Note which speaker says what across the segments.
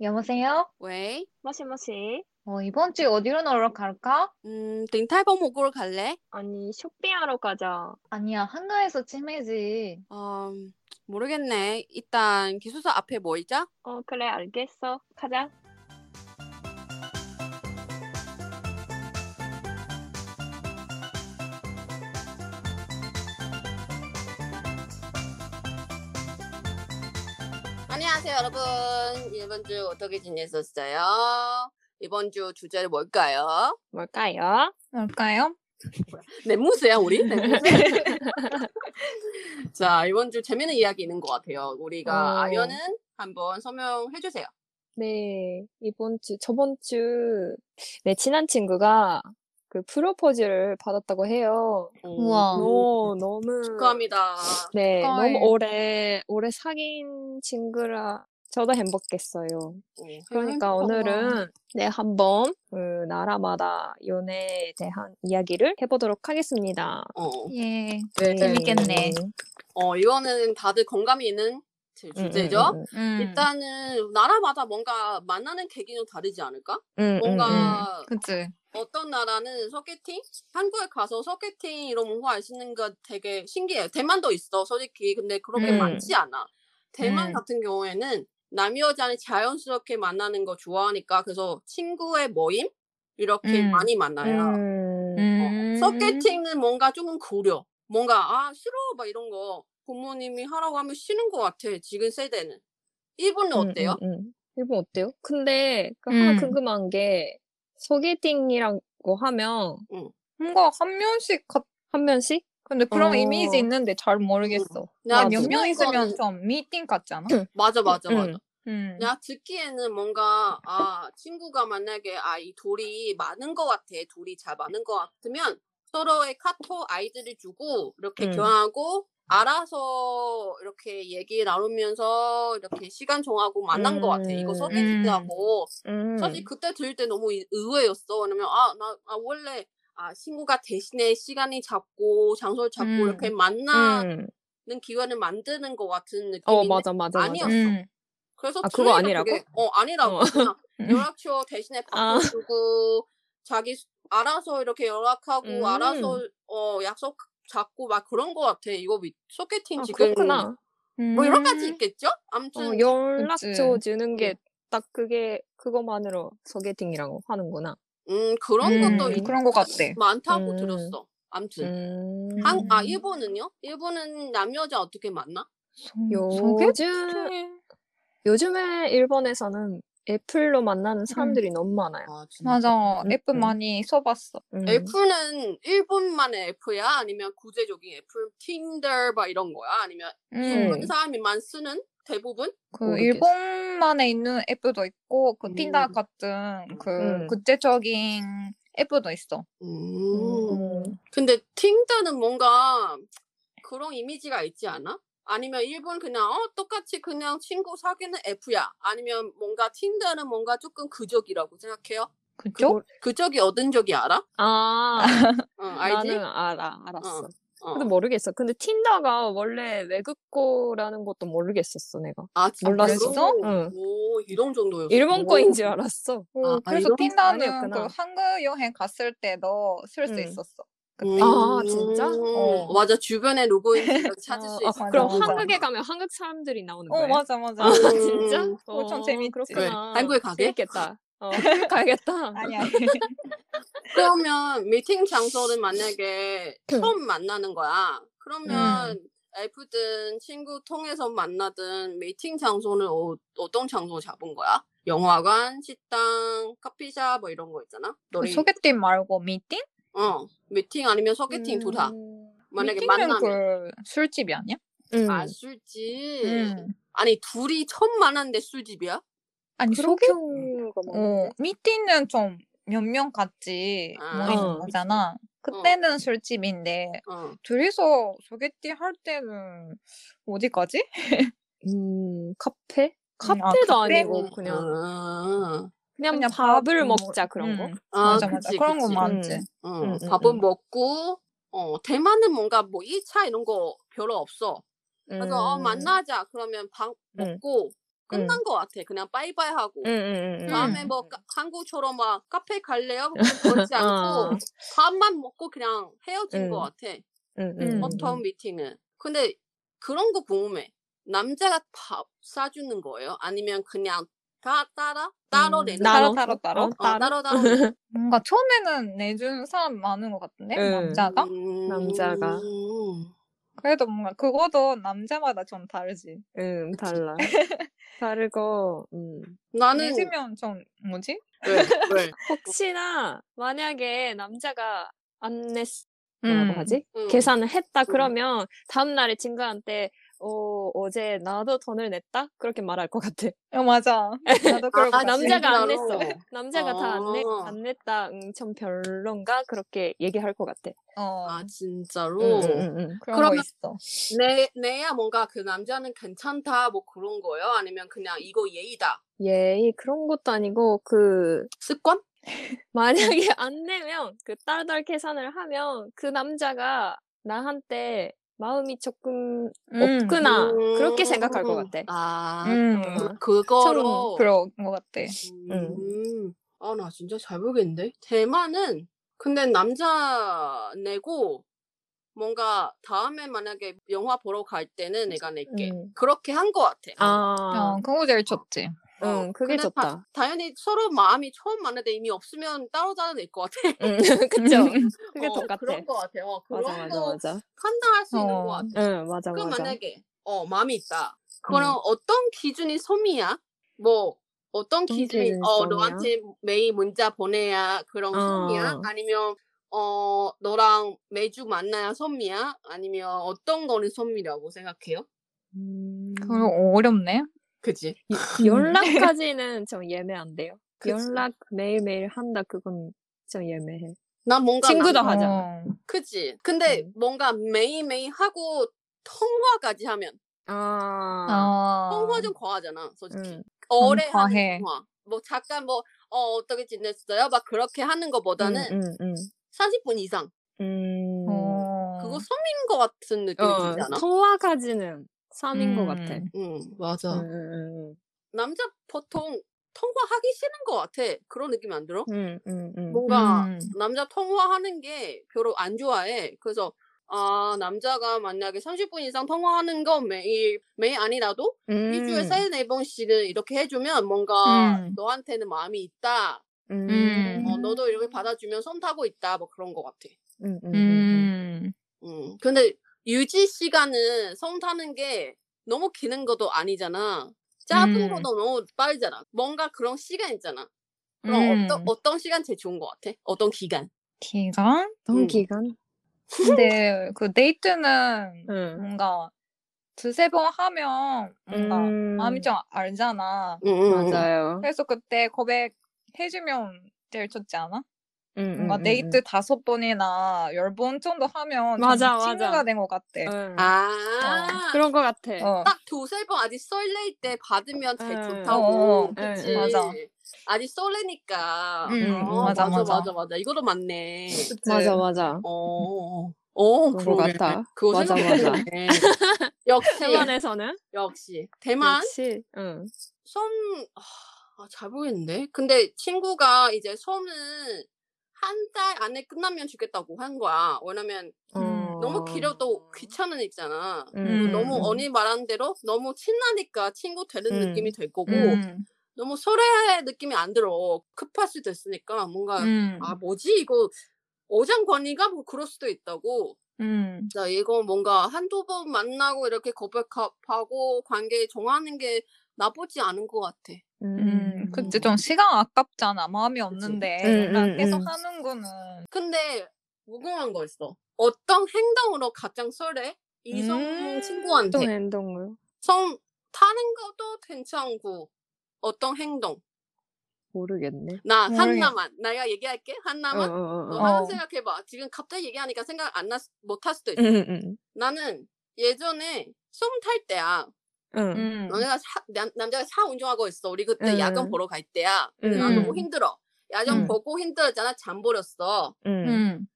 Speaker 1: 여보세요?
Speaker 2: 왜?
Speaker 3: 머시머시.
Speaker 1: 어, 이번 주에 어디로 놀러 갈까?
Speaker 2: 음, 링탈버 목으로 갈래?
Speaker 3: 아니, 쇼핑하러 가자.
Speaker 1: 아니야, 한가해서 치매지.
Speaker 2: 어, 모르겠네. 일단 기숙사 앞에 뭐 모이자.
Speaker 3: 어, 그래, 알겠어. 가자.
Speaker 2: 안녕하세요, 여러분. 이번 주 어떻게 지내셨어요? 이번 주 주제는 뭘까요?
Speaker 3: 뭘까요?
Speaker 1: 뭘까요?
Speaker 2: 넷무스야, 우리? 넷무스? 자, 이번 주 재밌는 이야기 있는 것 같아요. 우리가
Speaker 3: 어.
Speaker 2: 아연은 한번 설명해 주세요.
Speaker 3: 네, 이번 주, 저번 주, 내 친한 친구가 그 프로포즈를 받았다고 해요.
Speaker 1: 우와.
Speaker 3: 오, 너무.
Speaker 2: 축하합니다.
Speaker 3: 네,
Speaker 1: 어, 축하해.
Speaker 3: 너무 오래, 오래 사귄 친구라 저도 행복했어요.
Speaker 2: 음,
Speaker 3: 그러니까
Speaker 1: 행복하구나.
Speaker 3: 오늘은 네, 한번 그 나라마다 연애에 대한 이야기를 해보도록 하겠습니다.
Speaker 2: 어,
Speaker 1: 예.
Speaker 3: 네.
Speaker 1: 재밌겠네.
Speaker 2: 어, 이거는 다들 공감이 있는 제
Speaker 3: 음, 음,
Speaker 2: 주제죠.
Speaker 3: 음,
Speaker 1: 음.
Speaker 2: 일단은 나라마다 뭔가 만나는 계기는 다르지 않을까?
Speaker 3: 음, 음, 음.
Speaker 2: 뭔가
Speaker 1: 그치?
Speaker 2: 어떤 나라는 소개팅? 한국에 가서 소개팅 이런 문화 있는 거 되게 신기해요. 대만도 있어, 솔직히. 근데 그렇게
Speaker 3: 음.
Speaker 2: 많지 않아. 대만
Speaker 1: 음.
Speaker 2: 같은 경우에는 남여자는 자연스럽게 만나는 거 좋아하니까 그래서 친구의 모임? 이렇게
Speaker 1: 음.
Speaker 2: 많이 만나요. 어,
Speaker 3: 음.
Speaker 1: 음.
Speaker 2: 소개팅은 뭔가 조금 구려. 뭔가 아 싫어 막 이런 거 부모님이 하라고 하면 싫은 것 같아. 지금 세대는. 일본은
Speaker 3: 음,
Speaker 2: 어때요?
Speaker 3: 음, 음. 일본 어때요? 근데 그
Speaker 1: 음.
Speaker 3: 하나 궁금한 게 소개팅이라고 하면
Speaker 1: 뭔가 한 명씩 같...
Speaker 3: 한 명씩?
Speaker 1: 근데 그런
Speaker 3: 어.
Speaker 1: 이미지 있는데 잘 모르겠어.
Speaker 2: 나
Speaker 1: 몇 아, 명
Speaker 2: 듣는
Speaker 1: 있으면
Speaker 2: 아, 거는-
Speaker 1: 좀 미팅 같지 않아?
Speaker 2: 맞아 맞아
Speaker 3: 음.
Speaker 2: 맞아.
Speaker 1: 음.
Speaker 2: 내가 듣기에는 뭔가 아 친구가 만약에 아 이 돌이 많은 것 같아 돌이 잘 많은 것 같으면 서로의 카톡 아이디를 주고 이렇게
Speaker 3: 음.
Speaker 2: 교환하고 알아서 이렇게 얘기 나누면서 이렇게 시간 정하고 만난 것 같아 이거
Speaker 3: 음.
Speaker 2: 소개팅하고
Speaker 3: 음.
Speaker 2: 사실 그때 들을 때 너무 이- 의외였어 왜냐면 아나 아, 원래 아 친구가 대신에 시간이 잡고 장소를 잡고
Speaker 1: 음.
Speaker 2: 이렇게 만나는
Speaker 3: 음.
Speaker 2: 기회를 만드는 것 같은 느낌인데
Speaker 3: 어 맞아 맞아 맞아.
Speaker 2: 아니었어.
Speaker 1: 음.
Speaker 2: 그래서
Speaker 3: 아, 그거
Speaker 2: 트레이너
Speaker 3: 아니라고?
Speaker 2: 그게- 어 아니라고
Speaker 3: 어.
Speaker 2: 그냥
Speaker 1: 음.
Speaker 2: 연락처 대신에
Speaker 3: 아.
Speaker 2: 바꿔주고 자기 수- 알아서 이렇게 연락하고
Speaker 3: 음.
Speaker 2: 알아서 어 약속 잡고 막 그런 거 같아 이거 미- 소개팅
Speaker 3: 아,
Speaker 2: 지금
Speaker 3: 그렇구나.
Speaker 2: 뭐 여러
Speaker 1: 음.
Speaker 2: 가지 있겠죠
Speaker 3: 어,
Speaker 2: 아무튼
Speaker 3: 연락처
Speaker 1: 그치.
Speaker 3: 주는
Speaker 2: 예.
Speaker 3: 게 딱 그게 그거만으로 소개팅이라고 하는구나.
Speaker 2: 음 그런
Speaker 1: 음,
Speaker 2: 것도 있-
Speaker 1: 그런 것 같아.
Speaker 2: 많다고
Speaker 3: 음.
Speaker 2: 들었어 아무튼
Speaker 3: 음.
Speaker 2: 네. 한, 아
Speaker 1: 음.
Speaker 2: 일본은요 일본은 남여자 어떻게 만나
Speaker 1: 소개팅?
Speaker 3: 요즘 요즘에 일본에서는 애플로 만나는 사람들이 너무 많아요.
Speaker 2: 음. 아 진짜
Speaker 1: 맞아.
Speaker 3: 음,
Speaker 1: 앱
Speaker 3: 음.
Speaker 1: 많이 써봤어.
Speaker 3: 음.
Speaker 2: 애플은 일본만의 애플야 아니면 구체적인 애플 틴더 막 이런 거야 아니면
Speaker 1: 음.
Speaker 2: 일본 사람이만 쓰는 대부분
Speaker 1: 그
Speaker 3: 모르겠어.
Speaker 1: 일본만에 있는 앱도 있고 그
Speaker 2: 음.
Speaker 1: 틴다 같은 그
Speaker 3: 음.
Speaker 1: 구체적인 앱도 있어.
Speaker 3: 음.
Speaker 2: 근데 틴다는 뭔가 그런 이미지가 있지 않아? 아니면 일본 그냥 어 똑같이 그냥 친구 사귀는 F야. 아니면 뭔가 틴다는 뭔가 조금 그적이라고 생각해요.
Speaker 1: 그죠? 뭐
Speaker 2: 그적이 얻은 적이 알아?
Speaker 3: 아,
Speaker 2: 어, 알지?
Speaker 3: 나는 알아, 알았어.
Speaker 2: 어.
Speaker 3: 근데 모르겠어. 근데 틴더가 원래 외국 거라는 것도 모르겠었어, 내가.
Speaker 2: 아, 진짜?
Speaker 3: 몰랐어? 응.
Speaker 2: 오, 이런 정도였어.
Speaker 3: 일본 거인 줄
Speaker 2: 오.
Speaker 3: 알았어.
Speaker 1: 어,
Speaker 2: 아,
Speaker 1: 그래서
Speaker 2: 이런
Speaker 1: 틴다는 그
Speaker 3: 아니었구나.
Speaker 1: 한국 여행 갔을 때도 쓸 수
Speaker 3: 음.
Speaker 1: 있었어.
Speaker 2: 음.
Speaker 3: 아, 진짜?
Speaker 1: 어.
Speaker 2: 맞아, 주변에 누구인지 찾을 수
Speaker 1: 어,
Speaker 2: 있어.
Speaker 1: 맞아,
Speaker 3: 그럼
Speaker 1: 맞아.
Speaker 3: 한국에 가면 한국 사람들이 나오는
Speaker 1: 어
Speaker 3: 거야?
Speaker 1: 맞아 맞아.
Speaker 2: 음.
Speaker 3: 아, 진짜?
Speaker 2: 음.
Speaker 1: 그거 참
Speaker 3: 어,
Speaker 1: 재밌지.
Speaker 3: 그렇구나.
Speaker 2: 왜? 한국에 가게?
Speaker 3: 재밌겠다. 어, 한국 가야겠다.
Speaker 1: 아니야.
Speaker 2: 그러면 미팅 장소를 만약에 처음 만나는 거야. 그러면
Speaker 1: 음.
Speaker 2: F든 친구 통해서 만나든 미팅 장소는 어, 어떤 장소 잡은 거야? 영화관, 식당, 커피숍 뭐 이런 거 있잖아.
Speaker 1: 그
Speaker 2: 너희
Speaker 1: 소개팅 말고 미팅?
Speaker 2: 어 미팅 아니면 소개팅 둘 다.
Speaker 3: 음.
Speaker 2: 만약에
Speaker 1: 미팅은
Speaker 2: 만나면
Speaker 1: 그 술집이 아니야?
Speaker 3: 음.
Speaker 2: 아 술집.
Speaker 1: 음.
Speaker 2: 아니 둘이 처음 만났는데 술집이야?
Speaker 1: 아니
Speaker 3: 그런
Speaker 1: 소개
Speaker 3: 경우가
Speaker 1: 어,
Speaker 3: 많은데.
Speaker 1: 미팅은 좀 몇 명 같이
Speaker 2: 아.
Speaker 1: 모이는
Speaker 3: 어.
Speaker 1: 거잖아. 그때는 술집인데
Speaker 2: 어.
Speaker 1: 둘이서 소개팅 할 때는 어디까지?
Speaker 3: 음, 카페?
Speaker 1: 음, 아,
Speaker 3: 카페도
Speaker 1: 카페는-
Speaker 3: 아니고 그냥
Speaker 2: 아,
Speaker 3: 그냥,
Speaker 1: 그냥
Speaker 3: 밥을
Speaker 1: 밥 먹-
Speaker 3: 먹자 그런 거.
Speaker 1: 음,
Speaker 2: 아,
Speaker 1: 맞아 맞아.
Speaker 2: 그치,
Speaker 1: 그런
Speaker 2: 그치.
Speaker 1: 거 많지.
Speaker 3: 음.
Speaker 2: 어,
Speaker 3: 음, 음,
Speaker 2: 밥은
Speaker 3: 음.
Speaker 2: 먹고 어 대만은 뭔가 뭐 2차 이런 거 별로 없어. 그래서 어,
Speaker 3: 음.
Speaker 2: 만나자. 그러면 밥
Speaker 3: 음.
Speaker 2: 먹고 끝난 것 같아. 그냥 빠이빠이 하고.
Speaker 3: 응, 응, 응.
Speaker 2: 다음에 뭐 까- 한국처럼 막 카페 갈래요? 뭐 그렇지 않고
Speaker 3: 어.
Speaker 2: 밥만 먹고 그냥 헤어진
Speaker 3: 음.
Speaker 2: 것 같아.
Speaker 3: 응,
Speaker 1: 음.
Speaker 2: 어터운 미팅은. 근데 그런 거 궁금해. 남자가 밥 사주는 거예요? 아니면 그냥 다 따라 따로
Speaker 3: 음,
Speaker 2: 내는
Speaker 3: 나-
Speaker 2: 거예요?
Speaker 1: 따로 따로
Speaker 3: 나눠?
Speaker 1: 따로.
Speaker 3: 어?
Speaker 2: 어,
Speaker 3: 따로?
Speaker 2: 따로 따로. 내는 거예요?
Speaker 1: 뭔가 처음에는 내준 사람 많은 것 같은데
Speaker 3: 응.
Speaker 1: 남자가.
Speaker 2: 음.
Speaker 3: 남자가.
Speaker 1: 그래도 뭔가 그거도 남자마다 좀 다르지.
Speaker 3: 응, 달라. 다르고, 음.
Speaker 2: 나는
Speaker 1: 내주면 좀 뭐지?
Speaker 2: 왜, 왜?
Speaker 3: 혹시나, 만약에 남자가 안 냈,
Speaker 1: 음.
Speaker 3: 뭐라고 하지?
Speaker 2: 음.
Speaker 3: 계산을 했다 그러면, 다음날에 친구한테, 어, 어제 나도 돈을 냈다? 그렇게 말할 것 같아.
Speaker 1: 어, 맞아. 나도 그럴 것
Speaker 2: 아,
Speaker 1: 같아.
Speaker 3: 남자가 안
Speaker 2: 진짜로?
Speaker 3: 냈어. 남자가 다 안 냈,
Speaker 2: 어.
Speaker 3: 안 냈다. 응, 참 별론가? 그렇게 얘기할 것 같아.
Speaker 1: 어
Speaker 2: 아
Speaker 3: 응,
Speaker 2: 진짜로
Speaker 3: 응, 응.
Speaker 1: 그런 거
Speaker 2: 그러면-
Speaker 1: 있어.
Speaker 2: 내 내야 뭔가 그 남자는 괜찮다 뭐 그런 거예요? 아니면 그냥 이거 예의다
Speaker 3: 예의 그런 것도 아니고, 그,
Speaker 2: 습관?
Speaker 3: 만약에 안 내면 그 따로따로 계산을 하면 그 남자가 나한테 마음이 조금
Speaker 1: 음,
Speaker 3: 없구나
Speaker 2: 음.
Speaker 3: 그렇게 생각할 것 같아.
Speaker 2: 아
Speaker 1: 음.
Speaker 3: 어.
Speaker 2: 그거로
Speaker 3: 서로
Speaker 1: 그런 것 같아.
Speaker 2: 음. 아, 나 진짜 잘 모르겠는데. 대만은, 근데 남자 내고, 뭔가 다음에 만약에 영화 보러 갈 때는 내가 낼게.
Speaker 3: 음.
Speaker 2: 그렇게 한 것 같아.
Speaker 3: 아,
Speaker 1: 어, 그거 제일 좋지.
Speaker 2: 어,
Speaker 3: 응, 그게
Speaker 2: 근데
Speaker 3: 좋다.
Speaker 2: 당연히 서로 마음이 처음 만날 때 이미 없으면 따로 따로 낼 것 같아.
Speaker 3: 응, 그쵸?
Speaker 1: 음.
Speaker 3: 그게
Speaker 2: 어,
Speaker 3: 더 같아.
Speaker 2: 그런 것 같아. 어, 그런
Speaker 3: 맞아, 맞아,
Speaker 2: 거
Speaker 3: 맞아.
Speaker 2: 판단할 수 있는
Speaker 1: 어.
Speaker 2: 것 같아.
Speaker 3: 응, 맞아,
Speaker 2: 그럼
Speaker 3: 맞아.
Speaker 2: 만약에, 어, 마음이 있다. 그럼
Speaker 3: 음.
Speaker 2: 어떤 기준이 소미야? 뭐, 어떤
Speaker 3: 어떤
Speaker 2: 기준이,
Speaker 3: 기준이
Speaker 2: 어,
Speaker 3: 소미야?
Speaker 2: 너한테 매일 문자 보내야 그런
Speaker 3: 어.
Speaker 2: 소미야? 아니면, 어, 너랑 매주 만나야 소미야? 아니면 어떤 거는 소미라고 생각해요?
Speaker 3: 음,
Speaker 1: 그거 음. 어렵네.
Speaker 2: 그지?
Speaker 3: 연락까지는 좀 예매한대요.
Speaker 2: 그치.
Speaker 3: 연락 매일매일 한다 그건 좀 예매해.
Speaker 2: 난 뭔가.
Speaker 3: 친구다
Speaker 2: 남-
Speaker 3: 하자.
Speaker 1: 어.
Speaker 2: 그지? 근데
Speaker 3: 음.
Speaker 2: 뭔가 매일매일 하고 통화까지 하면.
Speaker 3: 아,
Speaker 1: 아.
Speaker 2: 통화 좀 과하잖아, 솔직히.
Speaker 3: 음.
Speaker 2: 오래
Speaker 1: 좀 과해.
Speaker 2: 하는 통화. 뭐 잠깐 뭐, 어, 어떻게 지냈어요? 막 그렇게 하는 것보다는
Speaker 3: 응, 응,
Speaker 2: 40분 이상.
Speaker 3: 음.
Speaker 1: 어.
Speaker 2: 그거 섬인 것 같은 느낌이
Speaker 3: 어,
Speaker 2: 들지 않아?
Speaker 3: 통화까지는 3인 것 같아.
Speaker 1: 음.
Speaker 2: 응, 맞아.
Speaker 3: 음,
Speaker 2: 남자 보통 통화하기 싫은 것 같아. 그런 느낌 안 들어?
Speaker 3: 음, 음, 음.
Speaker 2: 뭔가
Speaker 1: 음.
Speaker 2: 남자 통화하는 게 별로 안 좋아해. 그래서 아 남자가 만약에 30분 이상 통화하는 거 매일 매일 아니라도
Speaker 3: 음.
Speaker 2: 일주일에 세네 번씩은 이렇게 해주면 뭔가
Speaker 1: 음.
Speaker 2: 너한테는 마음이 있다.
Speaker 3: 음,
Speaker 1: 음.
Speaker 2: 어, 너도 이렇게 받아주면 손 타고 있다. 뭐 그런 것 같아.
Speaker 3: 음, 음, 음.
Speaker 1: 음.
Speaker 2: 음. 근데 유지 시간은 성 타는 게 너무 기는 것도 아니잖아. 짧은
Speaker 1: 음.
Speaker 2: 것도 너무 빠르잖아. 뭔가 그런 시간 있잖아. 그럼
Speaker 1: 음.
Speaker 2: 어떤 어떤 시간 제일 좋은 것 같아? 어떤 기간?
Speaker 1: 기간?
Speaker 3: 음.
Speaker 2: 음.
Speaker 3: 기간?
Speaker 1: 근데 그 데이트는
Speaker 3: 응.
Speaker 1: 뭔가 두세 번 하면 뭔가 마음이 좀 알잖아.
Speaker 2: 음, 음, 음.
Speaker 3: 맞아요.
Speaker 1: 그래서 그때 고백해주면 제일 좋지 않아?
Speaker 3: 음,
Speaker 1: 뭔가 데이트 다섯 번이나 열 번 정도 하면
Speaker 3: 맞아,
Speaker 1: 정말 친구가
Speaker 3: 맞아.
Speaker 1: 된 것 같대.
Speaker 3: 응.
Speaker 2: 아,
Speaker 3: 그런 것 같아.
Speaker 1: 어.
Speaker 2: 딱 두세 번 아직 설레일 때 받으면 제일
Speaker 3: 음.
Speaker 1: 어,
Speaker 2: 좋다고.
Speaker 1: 어.
Speaker 2: 그치?
Speaker 3: 음, 음.
Speaker 1: 맞아.
Speaker 2: 아직 설레니까.
Speaker 1: 음,
Speaker 3: 음,
Speaker 2: 어,
Speaker 1: 맞아,
Speaker 2: 맞아,
Speaker 1: 맞아.
Speaker 2: 맞아, 맞아. 이거도 맞네.
Speaker 3: 맞아, 맞아.
Speaker 2: 어, 어,
Speaker 3: 그런 것
Speaker 2: 그러네.
Speaker 3: 같아.
Speaker 2: 그거
Speaker 3: 맞아,
Speaker 2: 생각해
Speaker 3: 맞아.
Speaker 2: 보네. 역시,
Speaker 3: 대만에서는?
Speaker 2: 역시. 대만?
Speaker 3: 역시. 응.
Speaker 2: 섬, 아, 잘 모르겠는데. 근데 친구가 이제 섬은 한 달 안에 끝나면 좋겠다고 한 거야. 왜냐면
Speaker 3: 어.
Speaker 1: 음,
Speaker 2: 너무 길어도 귀찮은 있잖아.
Speaker 1: 음.
Speaker 2: 너무 언니 말한 대로 너무 친하니까 친구 되는
Speaker 3: 음.
Speaker 2: 느낌이 될 거고
Speaker 1: 음,
Speaker 2: 너무 소래 느낌이 안 들어. 급할 수도 있으니까 뭔가
Speaker 1: 음,
Speaker 2: 아 뭐지 이거 어장관리가 뭐 그럴 수도 있다고
Speaker 1: 음,
Speaker 2: 자, 이거 뭔가 한두 번 만나고 이렇게 고백하고 관계 정하는 게 나쁘지 않은 것 같아.
Speaker 1: 음. 그치,
Speaker 2: 그치.
Speaker 1: 좀 시간 아깝잖아. 마음이 없는데.
Speaker 3: 음,
Speaker 1: 그냥
Speaker 3: 음,
Speaker 1: 계속
Speaker 3: 음.
Speaker 1: 하는 거는.
Speaker 2: 근데 무궁한 거 있어. 어떤 행동으로 가장 설레? 이성
Speaker 1: 음,
Speaker 2: 친구한테.
Speaker 3: 어떤 행동을?
Speaker 2: 성 타는 것도 괜찮고 어떤 행동.
Speaker 3: 모르겠네.
Speaker 2: 나
Speaker 1: 모르겠-
Speaker 2: 하나만 내가 얘기할게
Speaker 3: 어,
Speaker 2: 하나만.
Speaker 3: 어,
Speaker 2: 너
Speaker 3: 어.
Speaker 1: 어.
Speaker 2: 한번 생각해봐. 지금 갑자기 얘기하니까 생각 안 나, 못할 수도 있어.
Speaker 1: 음.
Speaker 3: 응, 응,
Speaker 2: 나는 예전에 썸 탈 때야.
Speaker 3: 응.
Speaker 1: 음,
Speaker 2: 남자가 차, 남, 남자가 차 운전하고 있어. 우리 그때
Speaker 3: 응.
Speaker 2: 야경 보러 갈 때야.
Speaker 3: 응.
Speaker 2: 나 너무
Speaker 1: 음.
Speaker 2: 힘들어. 야경
Speaker 1: 음.
Speaker 2: 보고 힘들었잖아. 잠 버렸어.
Speaker 3: 응.
Speaker 1: 음,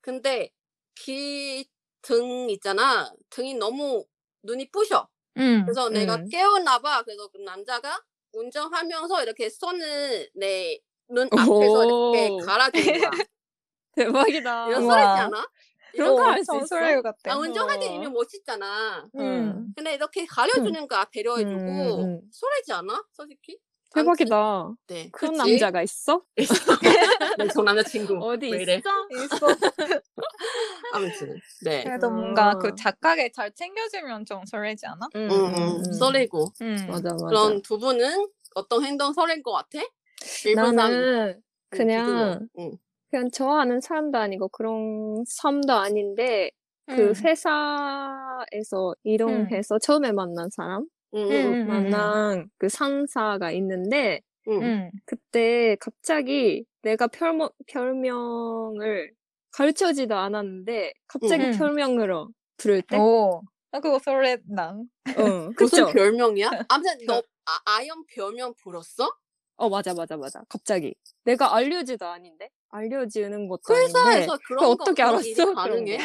Speaker 2: 근데 길 등 있잖아. 등이 너무 눈이 부셔.
Speaker 1: 음.
Speaker 2: 그래서
Speaker 3: 음.
Speaker 2: 내가 깨웠나 봐. 그래서 그 남자가 운전하면서 이렇게 손을 내 눈 앞에서
Speaker 3: 오.
Speaker 2: 이렇게 갈아준 거야.
Speaker 3: 대박이다.
Speaker 2: 이런
Speaker 1: 우와.
Speaker 2: 소리지 않아?
Speaker 3: 뭐 그런 거
Speaker 1: 어,
Speaker 3: 알수
Speaker 1: 엄청
Speaker 3: 있어?
Speaker 1: 소리가 같대.
Speaker 2: 아, 운전할 때
Speaker 3: 어.
Speaker 2: 이면 멋있잖아.
Speaker 1: 음.
Speaker 2: 근데 이렇게 가려주는 거야. 배려해주고.
Speaker 3: 음, 음.
Speaker 2: 소리지 않아? 솔직히?
Speaker 3: 대박이다.
Speaker 2: 네.
Speaker 3: 그런
Speaker 2: 그치?
Speaker 3: 남자가 있어?
Speaker 2: 네, 저 남자친구.
Speaker 3: 어디
Speaker 2: 왜 이래?
Speaker 3: 있어?
Speaker 1: 있어.
Speaker 2: 아무튼. 네.
Speaker 1: 그래도
Speaker 3: 음.
Speaker 1: 뭔가 그 작가게 잘 챙겨주면 좀 설레지 않아?
Speaker 3: 음,
Speaker 2: 음, 음. 설레고.
Speaker 1: 음.
Speaker 3: 맞아 맞아.
Speaker 2: 그럼 두 분은 어떤 행동 설인 것 같아? 일본 사람
Speaker 3: 나는 그냥
Speaker 2: 응.
Speaker 3: 그냥 좋아하는 사람도 아니고 그런 사람도 아닌데 그
Speaker 1: 음.
Speaker 3: 회사에서 이동해서 처음에 만난 사람
Speaker 2: 응,
Speaker 1: 음,
Speaker 2: 응,
Speaker 1: 음,
Speaker 3: 만난 그 상사가 있는데
Speaker 2: 응, 응.
Speaker 1: 음.
Speaker 3: 그때 갑자기 내가 별명, 별명을 가르쳐지도 않았는데 갑자기
Speaker 1: 음.
Speaker 3: 별명으로 부를 때
Speaker 1: 오. 나 그거 설레나.
Speaker 3: 어,
Speaker 2: 어. 무슨
Speaker 3: 그쵸?
Speaker 2: 별명이야? 아무튼 너 아, 아연 별명 불었어?
Speaker 3: 어 맞아 맞아 맞아 갑자기 내가 알려지도 아닌데 알려지는 것도
Speaker 2: 그
Speaker 3: 아닌데
Speaker 2: 회사에서 그런 거
Speaker 3: 네. 어떻게
Speaker 2: 그런
Speaker 3: 알았어?
Speaker 2: 일이 가능해?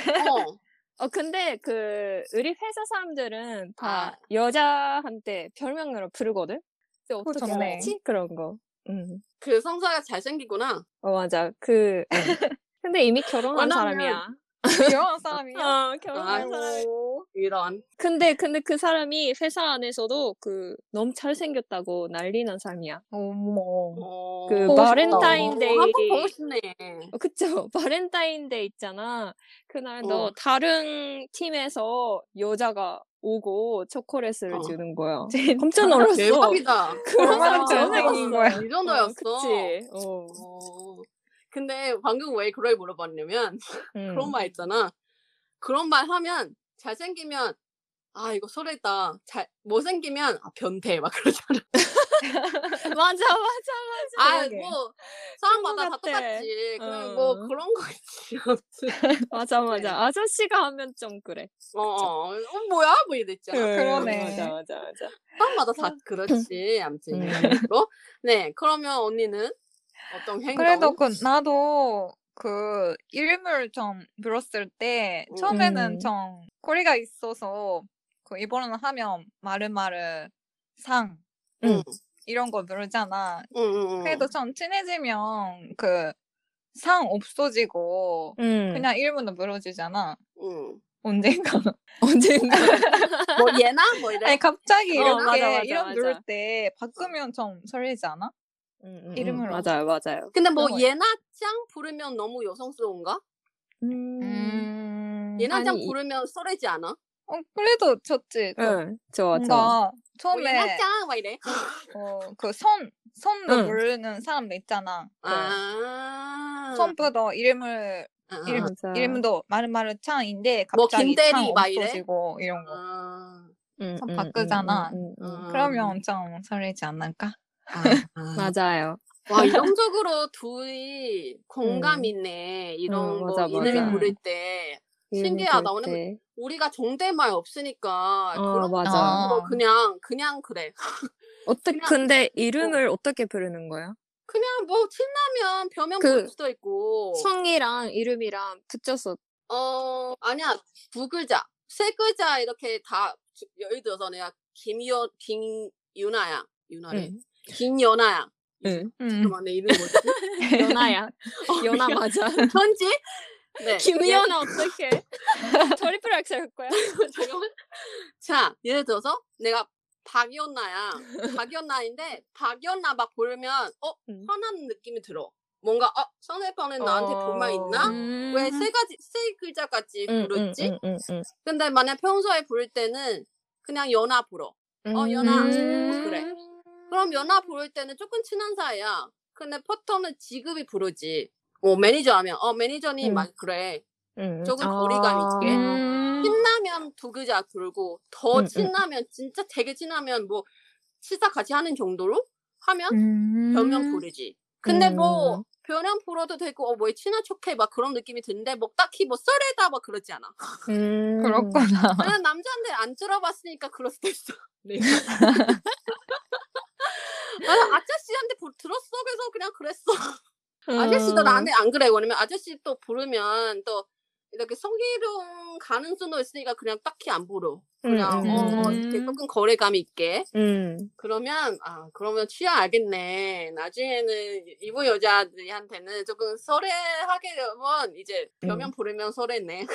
Speaker 2: 어.
Speaker 3: 어 근데 그 우리 회사 사람들은 다
Speaker 2: 아.
Speaker 3: 여자한테 별명으로 부르거든 근데 어떻게
Speaker 1: 좋네.
Speaker 3: 알았지? 그런 거 음.
Speaker 2: 그 성사가 잘생기구나.
Speaker 3: 어 맞아 그 근데 이미 결혼한
Speaker 2: 왜냐면-
Speaker 3: 사람이야
Speaker 1: 귀여운 사람이야.
Speaker 3: 어 결혼한 사람이야
Speaker 2: 아이고, 이런.
Speaker 3: 근데 근데 그 사람이 회사 안에서도 그 너무 잘생겼다고 난리 난 사람이야.
Speaker 1: 어머.
Speaker 2: 어,
Speaker 3: 그
Speaker 2: 보고
Speaker 3: 바렌타인데이.
Speaker 2: 싶다. 어, 한번 보고 싶네.
Speaker 3: 어, 그쵸? 바렌타인데 있잖아. 그날도
Speaker 2: 어.
Speaker 3: 다른 팀에서 여자가 오고 초콜릿을
Speaker 2: 어.
Speaker 3: 주는 거야.
Speaker 1: 진짜?
Speaker 3: 엄청 놀랐어.
Speaker 2: 대박이다.
Speaker 3: 그런
Speaker 1: 얼마나
Speaker 3: 사람
Speaker 1: 잘생긴 거야.
Speaker 2: 이
Speaker 3: 어,
Speaker 2: 정도였어.
Speaker 3: 그치. 어.
Speaker 2: 어. 근데 방금 왜 그걸 물어봤냐면
Speaker 3: 음.
Speaker 2: 그런 말 있잖아. 그런 말 하면 잘생기면 아 이거 소리다. 잘 못생기면 아 변태 막 그러잖아.
Speaker 3: 맞아, 맞아, 맞아.
Speaker 1: 그러게.
Speaker 2: 아뭐 사람마다 다
Speaker 3: 그런 것 같아.
Speaker 2: 똑같지. 그냥
Speaker 3: 어.
Speaker 2: 뭐 그런 거 있지. 아무튼.
Speaker 3: 맞아, 맞아. 아저씨가 하면 좀 그래.
Speaker 2: 어, 어, 어, 뭐야 뭐 이랬잖아.
Speaker 1: 그러네.
Speaker 3: 맞아, 맞아, 맞아.
Speaker 2: 사람마다 다 그렇지. 아무튼
Speaker 3: 음.
Speaker 2: 이런 식으로. 네 그러면 언니는 어떤 행동?
Speaker 1: 그래도 그 나도 그 이름을 좀 물었을 때
Speaker 2: 음.
Speaker 1: 처음에는
Speaker 3: 음.
Speaker 1: 좀 거리가 있어서 그 일본어로 하면 마르마르 상
Speaker 3: 음.
Speaker 2: 응,
Speaker 1: 이런 거 부르잖아.
Speaker 2: 응, 응,
Speaker 3: 어.
Speaker 2: 응.
Speaker 1: 그래도 좀 친해지면 그 상 없어지고
Speaker 3: 음.
Speaker 1: 그냥 이름으로 물어주잖아.
Speaker 2: 응.
Speaker 1: 언젠가.
Speaker 3: 언젠가.
Speaker 2: 뭐 얘나 뭐 이래.
Speaker 1: 아니 갑자기
Speaker 3: 어,
Speaker 1: 이렇게
Speaker 3: 맞아, 맞아,
Speaker 1: 이름
Speaker 3: 맞아.
Speaker 1: 누를 때 바꾸면 좀 설레지 않아?
Speaker 3: 음, 음, 음.
Speaker 1: 이름으로.
Speaker 3: 맞아요, 맞아요.
Speaker 2: 근데 뭐
Speaker 1: 그런 거
Speaker 2: 예나 짱 부르면 너무 여성스러운가? 음.
Speaker 1: 음.
Speaker 2: 예나 짱
Speaker 3: 아니, 이-
Speaker 2: 부르면 쏘레지 않아? 뭐
Speaker 1: 어, 그래도
Speaker 2: 네,
Speaker 1: 좋지. 또
Speaker 3: 응, 좋아, 좋아.
Speaker 1: 뭔가
Speaker 2: 뭐 예나
Speaker 1: 처음에
Speaker 2: 짱 막 이래.
Speaker 1: 어, 그손 손도
Speaker 3: 응.
Speaker 1: 모르는 사람도 있잖아. 그
Speaker 2: 아.
Speaker 1: 손부터 이름을
Speaker 2: 아.
Speaker 1: 이름-
Speaker 3: 맞아.
Speaker 1: 이름도 마르마르 창인데
Speaker 2: 뭐
Speaker 1: 갑자기
Speaker 2: 김대리
Speaker 1: 창
Speaker 2: 막 이래?
Speaker 1: 없어지고 이런 거.
Speaker 2: 아.
Speaker 3: 음,
Speaker 1: 참
Speaker 3: 음, 음,
Speaker 1: 바꾸잖아.
Speaker 3: 음, 음, 음.
Speaker 2: 아.
Speaker 1: 그러면 좀 설레지 않을까?
Speaker 2: 아.
Speaker 3: 맞아요.
Speaker 2: 와 이성적으로 둘이 공감
Speaker 3: 음.
Speaker 2: 있네. 이런
Speaker 3: 음,
Speaker 2: 거
Speaker 3: 맞아, 맞아.
Speaker 2: 이름을 부를 때 신기하다. 오늘 우리가 존댓말 없으니까
Speaker 3: 어,
Speaker 2: 그런
Speaker 3: 맞아.
Speaker 2: 거 그냥 그냥 그래.
Speaker 3: 어떻게
Speaker 2: 그냥-
Speaker 3: 근데 이름을 어. 떻게 부르는 거야?
Speaker 2: 그냥 뭐 친나면 변명
Speaker 3: 그-
Speaker 2: 부를 수도 있고.
Speaker 3: 성이랑 이름이랑 붙여서
Speaker 2: 어 아니야 두 글자 세 글자 이렇게 다 주- 예를 들어서 내가 김여 김윤아야 윤아래
Speaker 3: 응.
Speaker 2: 김연아야
Speaker 3: 응.
Speaker 1: 음.
Speaker 2: 잠깐만 내 이름 뭐지 어,
Speaker 3: 연아야. 연아 맞아.
Speaker 2: 현지 네
Speaker 3: 김연아 어떻게? 트리플 액셀 할
Speaker 2: 예,
Speaker 3: 거야?
Speaker 2: 잠깐만 자 예를 들어서 내가 박연아야 박연아인데 박연아 막 부르면 어
Speaker 3: 응.
Speaker 2: 화나는 느낌이 들어 뭔가 어 상대방은 나한테 불만 있나 아, 왜
Speaker 1: 음.
Speaker 2: 세 가지 세 글자까지 부르지
Speaker 3: 어. 음. 응, 응, 응,
Speaker 2: 근데 만약 평소에 부를 때는 그냥 연아 불어
Speaker 3: 응.
Speaker 2: 어, 연아.
Speaker 3: 음.
Speaker 2: 그래. 그럼 연하 부를 때는 조금 친한 사이야. 근데 포터는 지급이 부르지. 뭐 매니저 하면 어 매니저님
Speaker 3: 음.
Speaker 2: 막 그래.
Speaker 3: 음.
Speaker 2: 조금
Speaker 3: 아.
Speaker 2: 거리감 있게.
Speaker 1: 음.
Speaker 2: 친나면 두 글자 부르고 더
Speaker 3: 음, 음.
Speaker 2: 친나면 진짜 되게 친하면 뭐 식사 같이 하는 정도로 하면
Speaker 1: 음.
Speaker 2: 변명 부르지. 근데
Speaker 3: 음.
Speaker 2: 뭐 변명 불어도 되고 어뭐 친한 척해 막 그런 느낌이 드는데 뭐 딱히 뭐 썰에다 막 그러지 않아.
Speaker 3: 음.
Speaker 1: 그렇구나.
Speaker 2: 나는 남자한테 안 들어봤으니까 그럴 수도 있어. 내가. 나는 아저씨한테 부- 들었어 그래서 그냥 그랬어.
Speaker 1: 음.
Speaker 3: 음.
Speaker 2: 아저씨도 나한테 안 그래. 왜냐면 아저씨 또 부르면 또 이렇게 성희롱 가능성도 있으니까 그냥 딱히 안 부러. 그냥
Speaker 3: 음,
Speaker 2: 어,
Speaker 1: 음.
Speaker 2: 이렇게 조금 거래감 있게
Speaker 3: 음.
Speaker 2: 그러면 아 그러면 취향 알겠네 나중에는 이부 여자들한테는 조금 설레하게 되면 이제
Speaker 1: 음.
Speaker 2: 벼면 부르면 설레네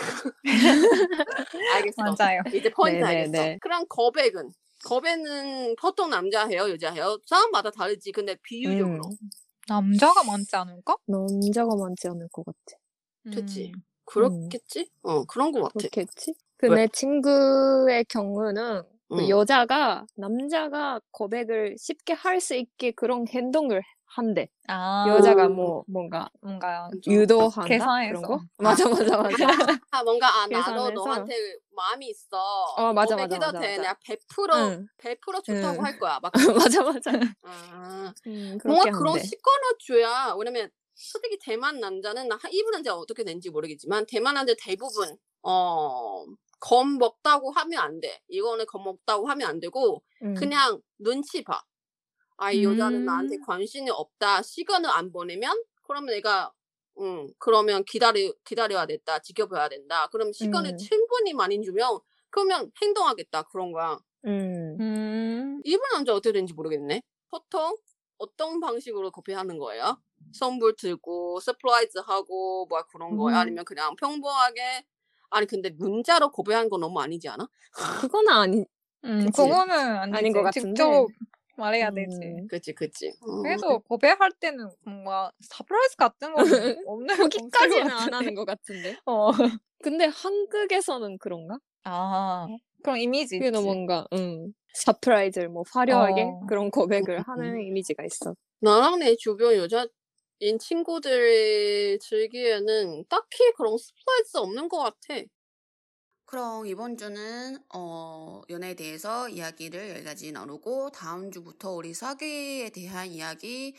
Speaker 2: 알겠어
Speaker 1: 맞아요.
Speaker 2: 이제 포인트
Speaker 3: 네네네.
Speaker 2: 알겠어 그럼 거백은 거백은 보통 남자 해요 여자 해요 사람마다 다르지 근데 비유적으로
Speaker 3: 음.
Speaker 1: 남자가 많지 않을까? 음.
Speaker 3: 남자가 많지 않을 것 같아.
Speaker 2: 그치. 그렇겠지 어 그런 것 같아
Speaker 3: 그렇겠지? 그 내 친구의 경우는 그
Speaker 2: 응.
Speaker 3: 여자가 남자가 고백을 쉽게 할 수 있게 그런 행동을 한대.
Speaker 1: 아,
Speaker 3: 여자가 뭐 뭔가
Speaker 1: 뭔가
Speaker 2: 좀
Speaker 3: 유도한다
Speaker 1: 계산해서.
Speaker 3: 그런 거? 맞아 맞아 맞아.
Speaker 2: 아 뭔가 아 나도
Speaker 3: 계산해서.
Speaker 2: 너한테 마음이 있어.
Speaker 3: 어, 맞아, 맞아,
Speaker 2: 고백해도
Speaker 3: 맞아,
Speaker 2: 돼.
Speaker 3: 맞아.
Speaker 2: 내가 100%
Speaker 3: 응.
Speaker 2: 100% 좋다고
Speaker 3: 응.
Speaker 2: 할 거야. 막
Speaker 3: 맞아 맞아.
Speaker 2: 아,
Speaker 3: 음, 그렇게
Speaker 2: 뭔가
Speaker 3: 한대.
Speaker 2: 그런 시끄러 줘야 왜냐면 솔직히 대만 남자는 나 이분 남자 어떻게 된지 모르겠지만 대만 남자 대부분 어, 어겁 먹다고 하면 안 돼. 이거는 겁 먹다고 하면 안 되고
Speaker 3: 음.
Speaker 2: 그냥 눈치 봐. 아, 이
Speaker 1: 음.
Speaker 2: 여자는 나한테 관심이 없다. 시간을 안 보내면 그러면 내가 음, 그러면 기다려 기다려야 됐다. 지켜봐야 된다. 그럼 시간을
Speaker 3: 음.
Speaker 2: 충분히 많이 주면 그러면 행동하겠다. 그런 거야.
Speaker 3: 음.
Speaker 1: 음,
Speaker 2: 일본 남자 어떻게 되는지 모르겠네. 보통 어떤 방식으로 커피하는 거예요? 선물 들고 서프라이즈 하고 뭐 그런 거예요?
Speaker 3: 음.
Speaker 2: 아니면 그냥 평범하게 아니 근데 문자로 고백하는 건 너무 아니지 않아?
Speaker 3: 그건 아니
Speaker 1: 음
Speaker 3: 그치.
Speaker 1: 그거는 안
Speaker 3: 아닌 것 같은데.
Speaker 1: 직접 말해야 되지.
Speaker 3: 음.
Speaker 2: 그치 그치. 음.
Speaker 1: 그래도 고백할 때는 뭔가 서프라이즈 같은 거 없는 거
Speaker 3: 거기까지는 안 하는 것 같은데.
Speaker 1: 어.
Speaker 3: 근데 한국에서는 그런가?
Speaker 1: 아 그런 이미지.
Speaker 3: 어? 그게
Speaker 1: 있지.
Speaker 3: 너무 뭔가 음, 서프라이즈를 뭐 화려하게
Speaker 1: 어.
Speaker 3: 그런 고백을
Speaker 2: 음.
Speaker 3: 하는 이미지가 있어.
Speaker 2: 나랑 내 주변 여자인 친구들이 즐기에는 딱히 그런 스프라이즈 없는 것 같아.
Speaker 4: 그럼 이번 주는 어, 연애에 대해서 이야기를 여기까지 나누고 다음 주부터 우리 사귀에 대한 이야기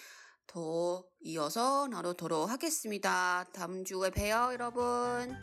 Speaker 4: 더 이어서 나누도록 하겠습니다. 다음 주에 봬요, 여러분.